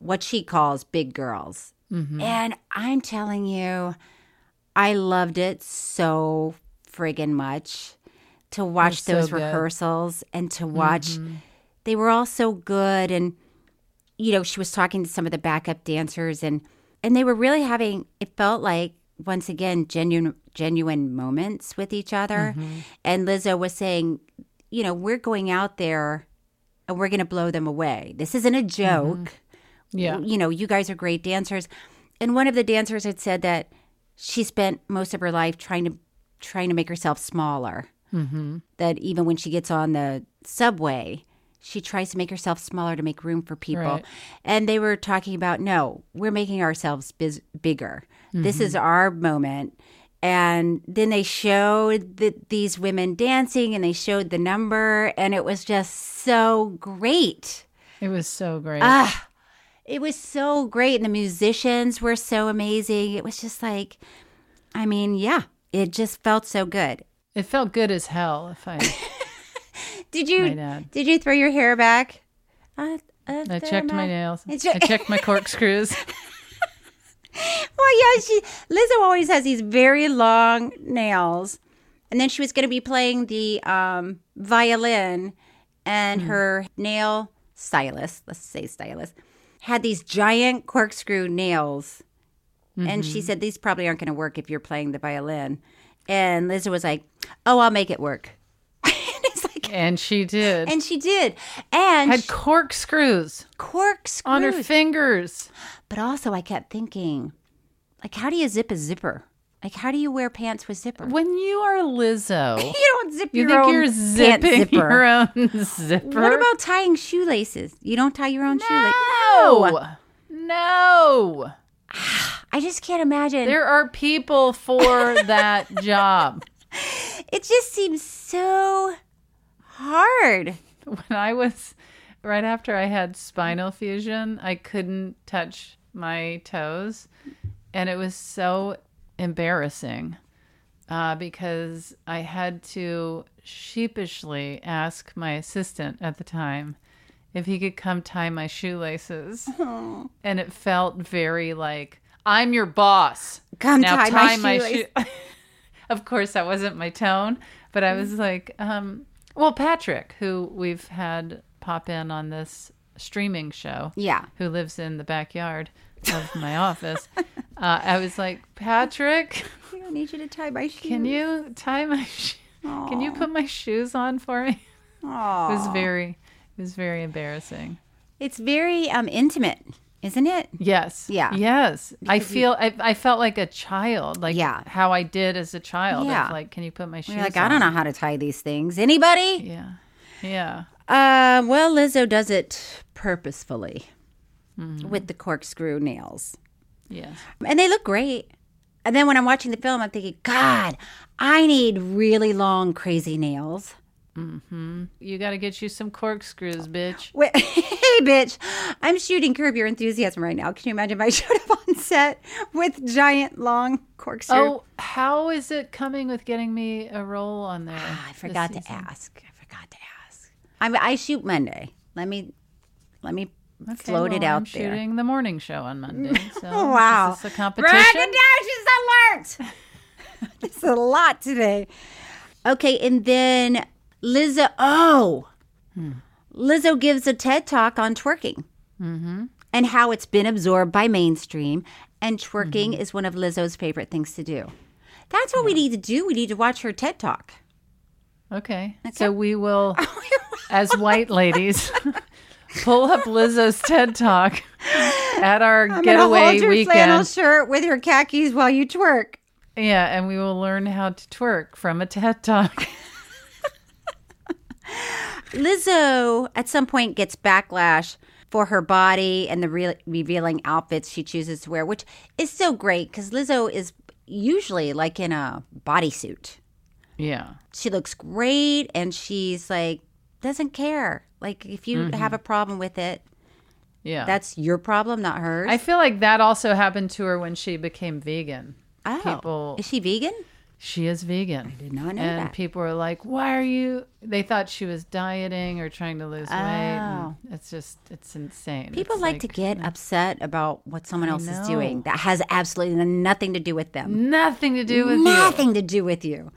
what she calls big girls. Mhm. And I'm telling you, I loved it so friggin' much to watch They're so those good. Mm-hmm. rehearsals and to watch. They were all so good. And, you know, she was talking to some of the backup dancers and, and they were really having, it felt like, once again, genuine, genuine moments with each other. Mm-hmm. And Lizzo was saying, you know, we're going out there and we're going to blow them away. This isn't a joke Mm-hmm. Yeah. you know, you guys are great dancers. And one of the dancers had said that she spent most of her life trying to trying to make herself smaller. Mm-hmm. That even when she gets on the subway, she tries to make herself smaller to make room for people. Right. And they were talking about, no, we're making ourselves biz- bigger. This is Mm-hmm. our moment. And then they showed the, these women dancing and they showed the number, and it was just so great. It was so great. Ah, it was so great. And the musicians were so amazing. It was just like, I mean, yeah, it just felt so good. It felt good as hell. If I Did Might you add. did you throw your hair back? I, I checked my nails, I I, check- checked my corkscrews. Well, Oh, yeah, she Lizzo always has these very long nails, and then she was going to be playing the um, violin, and Hmm. her nail stylist, let's say stylist, had these giant corkscrew nails, and Mm-hmm. she said these probably aren't going to work if you're playing the violin, and Lizzo was like, "Oh, I'll make it work," and she did. and she did, and had she- corkscrews corkscrews on her fingers. But also, I kept thinking, like, how do you zip a zipper? Like, how do you wear pants with zipper? When you are Lizzo, you don't zip you your think own you're pant zipping zipper. your own zipper. What about tying shoelaces? You don't tie your own shoelace. no? No. I just can't imagine. There are people for that job. it just seems so hard. When I was right after I had spinal fusion, I couldn't touch my toes, and it was so embarrassing uh, because I had to sheepishly ask my assistant at the time if he could come tie my shoelaces. And it felt very like, I'm your boss. Come tie my shoe-" of course, that wasn't my tone, but I was like, um, well, Patrick, who we've had pop in on this streaming show Yeah. who lives in the backyard of my office. Uh, I was like, Patrick, I don't need you to tie my shoe. can you tie my shoe? Can you put my shoes on for me? It was very, it was very embarrassing. It's very um intimate, isn't it? Yes. Yeah. Yes. I feel I, I felt like a child, like Yeah. how I did as a child. Yeah. It's like, can you put my shoes? You're like, on? I don't know how to tie these things. Anybody? Yeah. Yeah. Uh, well, Lizzo does it purposefully Hmm. with the corkscrew nails. Yes. and they look great. And then when I'm watching the film, I'm thinking, God, I need really long, crazy nails. You got to get you some corkscrews, bitch. Wait, hey, bitch, I'm shooting Curb Your Enthusiasm right now. Can you imagine if I showed up on set with giant, long corkscrew? Oh, how is it coming with getting me a role on there? Ah, I forgot to ask. I forgot to ask. I'm, I shoot Monday. Let me, let me float it out I'm there. Shooting the morning show on Monday. So Oh, wow. is this a competition. Braggadocious alert! it's a lot today. Okay, and then Lizzo. Oh, Lizzo gives a TED talk on twerking and how it's been absorbed by mainstream, and twerking is one of Lizzo's favorite things to do. That's what we need to do. We need to watch her TED talk. Okay. So we Oh, will, as white ladies, pull up Lizzo's TED Talk at our I'm gonna getaway hold your weekend. flannel shirt with your khakis while you twerk. yeah, and we will learn how to twerk from a TED Talk. Lizzo at some point gets backlash for her body and the re- revealing outfits she chooses to wear, which is so great because Lizzo is usually like in a bodysuit. yeah. She looks great and she's like doesn't care. Like if you Mhm. have a problem with it, Yeah. that's your problem, not hers. I feel like that also happened to her when she became vegan. Oh, people, is she vegan? She is vegan. I did not know and that. people were like, "Why are you?" They thought she was dieting or trying to lose weight. and Oh. It's just, it's insane. People It's like, to get upset about what someone I else is know. doing that has absolutely nothing to do with them. Nothing to do with you. Nothing to do with you.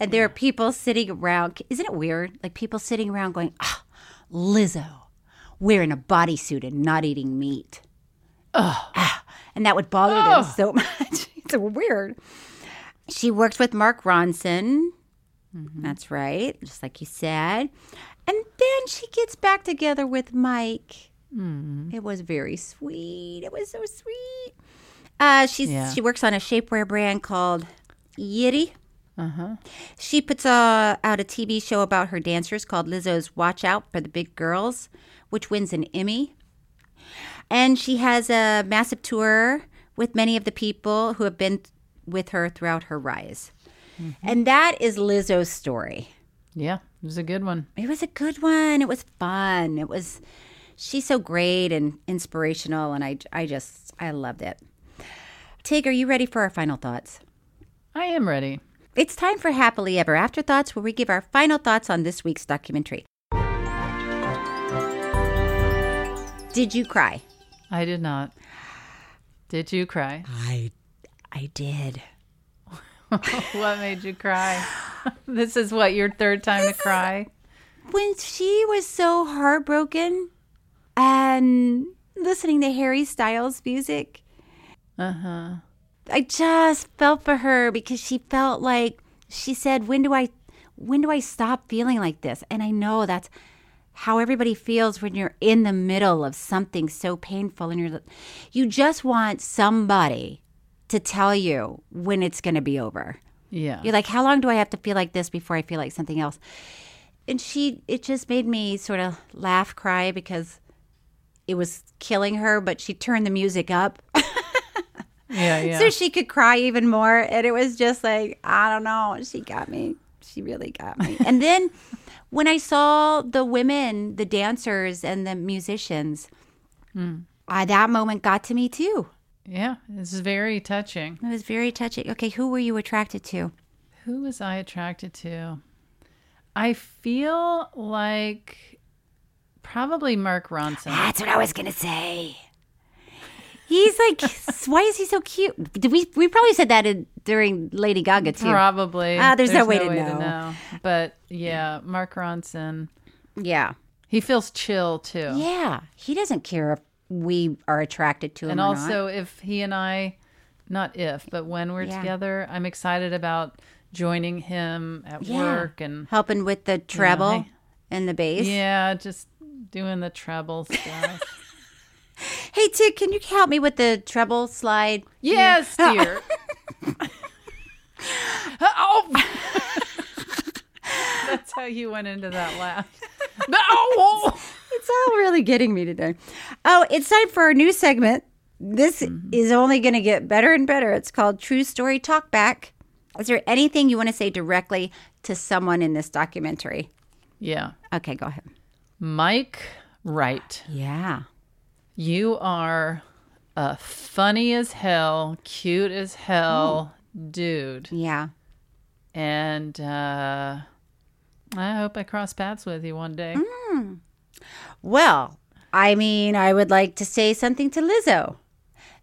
And there are people sitting around. Isn't it weird? Like people sitting around going, ah, Lizzo, wearing a bodysuit and not eating meat. Ugh. Ah, and that would bother them Ugh. so much. it's weird. She worked with Mark Ronson. Mm-hmm. That's right, just like you said. And then she gets back together with Mike. Mm. It was very sweet. It was so sweet. Uh, she's Yeah. she works on a shapewear brand called Yitty. Uh huh. She puts uh, out a TV show about her dancers called Lizzo's Watch Out for the Big Girls, which wins an Emmy. And she has a massive tour with many of the people who have been with her throughout her rise. And that is Lizzo's story. Yeah, it was a good one. It was a good one. It was fun. It was she's so great and inspirational and I I just I loved it. Tig, are you ready for our final thoughts? I am ready. It's time for Happily Ever After Thoughts where we give our final thoughts on this week's documentary. Did you cry? I did not. Did you cry? I I did. what made you cry? this is what your third time to cry. When she was so heartbroken and listening to Harry Styles music, Uh huh. I just felt for her because she felt like she said, "When do I when do I stop feeling like this?" And I know that's how everybody feels when you're in the middle of something so painful and you're you just want somebody to tell you when it's going to be over. Yeah. You're like, "How long do I have to feel like this before I feel like something else?" And she it just made me sort of laugh cry because it was killing her, but she turned the music up yeah, yeah. so she could cry even more. And it was just like, I don't know. She got me. She really got me. and then when I saw the women, the dancers, and the musicians, Mm. I, that moment got to me too. Yeah, this is very touching. It was very touching. Okay, who were you attracted to? Who was I attracted to? I feel like probably Mark Ronson. That's what I was going to say. He's like, s- why is he so cute? Did we we probably said that in, during Lady Gaga too? Probably. Ah, there's, no way, to, know. But yeah, Mark Ronson. Yeah. He feels chill too. Yeah, he doesn't care if we are attracted to him. And or not. also, if he and I, not if, but when we're Yeah. together, I'm excited about joining him at Yeah. work and helping with the treble hey. and the bass. yeah, just doing the treble stuff. Hey, Tig, can you help me with the treble slide? yes, dear. oh. That's how you went into that laugh. No. It's all really getting me today. Oh, it's time for our new segment. This is only going to get better and better. It's called True Story Talk Back. Is there anything you want to say directly to someone in this documentary? Yeah. Okay, go ahead. Mike Wright. Yeah. You are a funny as hell, cute as hell dude. Yeah. And uh, I hope I cross paths with you one day. Well, I mean, I would like to say something to Lizzo.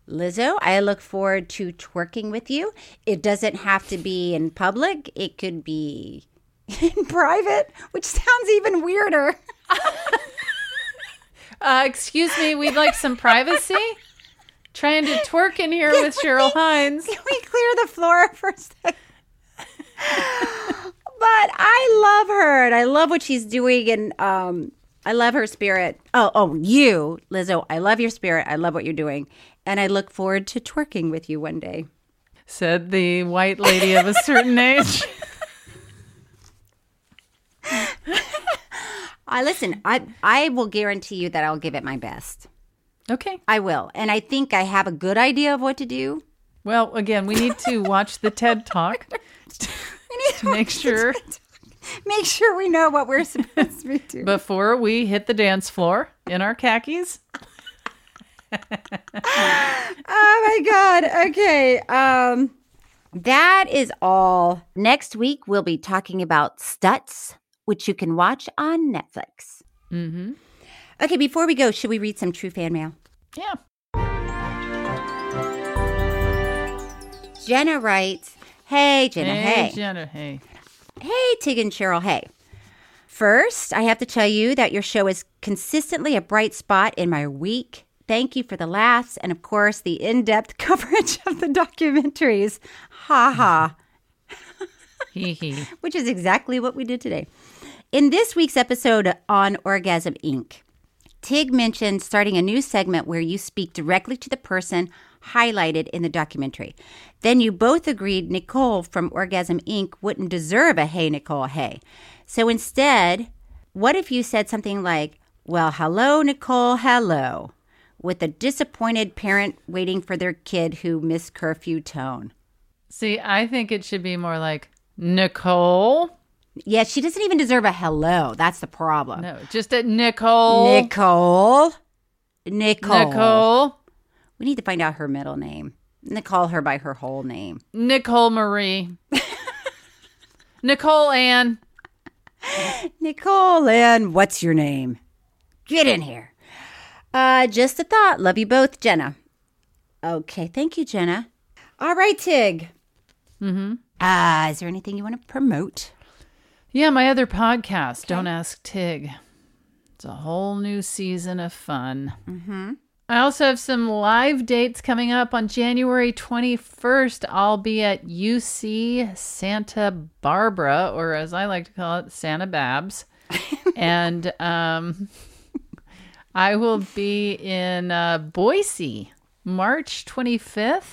Lizzo, I look forward to twerking with you. It doesn't have to be in public, it could be in private, which sounds even weirder. Uh, excuse me, we'd like some privacy. Trying to twerk in here with Cheryl Hines. Can we clear the floor for a second? but I love her and I love what she's doing and um I love her spirit. Oh, oh, you, Lizzo, I love your spirit. I love what you're doing. And I look forward to twerking with you one day. Said the white lady of a certain age. I listen. I I will guarantee you that I'll give it my best. Okay. I will, and I think I have a good idea of what to do. Well, again, we need to watch the TED Talk to make sure Make sure we know what we're supposed to be doing. Before we hit the dance floor in our khakis. oh my god. Okay. Um that is all. Next week we'll be talking about Stutz, which you can watch on Netflix. Mm-hmm. Okay, before we go, should we read some true fan mail? Yeah. Jenna writes, Hey Jenna, hey, hey. Jenna, hey. Hey, Tig and Cheryl. Hey. First, I have to tell you that your show is consistently a bright spot in my week. Thank you for the laughs and, of course, the in depth coverage of the documentaries. Ha ha. Hee hee. Which is exactly what we did today. In this week's episode on Orgasm Inc., Tig mentioned starting a new segment where you speak directly to the person highlighted in the documentary. Then you both agreed Nicole from Orgasm Inc. wouldn't deserve a Hey Nicole Hey. So instead, what if you said something like, Well, hello, Nicole, hello, with a disappointed parent waiting for their kid who missed curfew tone? See, I think it should be more like Nicole. Yeah, she doesn't even deserve a hello. That's the problem. No, just a Nicole. Nicole. Nicole. Nicole. We need to find out her middle name. And to call her by her whole name. Nicole Marie. Nicole Ann. Nicole Ann, what's your name? Get in here. Uh, just a thought. Love you both, Jenna. Okay, thank you, Jenna. All right, Tig. Mm-hmm. Uh, is there anything you want to promote? Yeah, my other podcast, Don't Ask Tig. It's a whole new season of fun. Mm-hmm. I also have some live dates coming up on January 21st. I'll be at UC Santa Barbara, or as I like to call it, Santa Babs. and um, I will be in uh, Boise March 25th.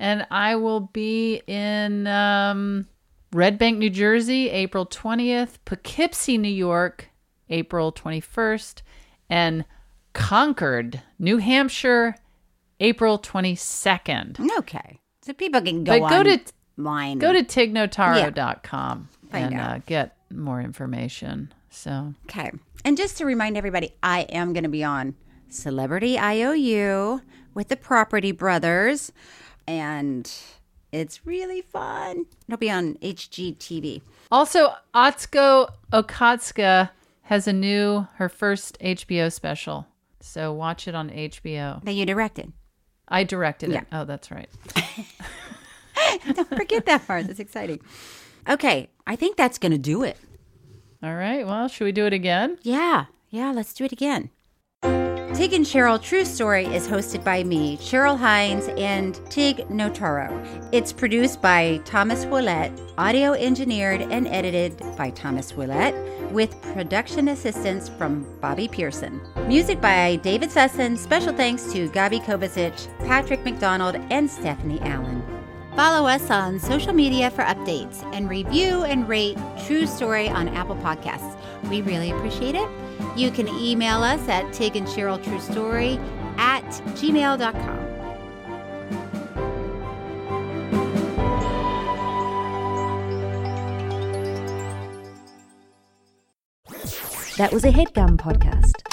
And I will be in um, Red Bank, New Jersey, April 20th, Poughkeepsie, New York, April 21st, and Concord, New Hampshire, April 22nd. Okay. So people can go But go to online. Go to tignotaro.com Find and out. uh, get more information. So, Okay. And just to remind everybody, I am going to be on Celebrity IOU with the Property Brothers. And it's really fun. It'll be on HGTV. also Atsuko Okatsuka has a new her first HBO special. So watch it on HBO. That you directed. I directed Yeah. it. Oh, that's right. Don't forget that part. That's exciting. Okay. I think that's going to do it. All right. Well, should we do it again? Yeah. Yeah. Let's do it again. Tig and Cheryl True Story is hosted by me, Cheryl Hines, and Tig Notaro. It's produced by Thomas Willett, audio engineered and edited by Thomas Willett, with production assistance from Bobby Pearson. Music by David Sussin. Special thanks to Gabi Kovacic, Patrick McDonald, and Stephanie Allen. Follow us on social media for updates and review and rate True Story on Apple Podcasts. We really appreciate it. You can email us at Tig and Cheryl True Story at gmail.com. That was a headgum podcast.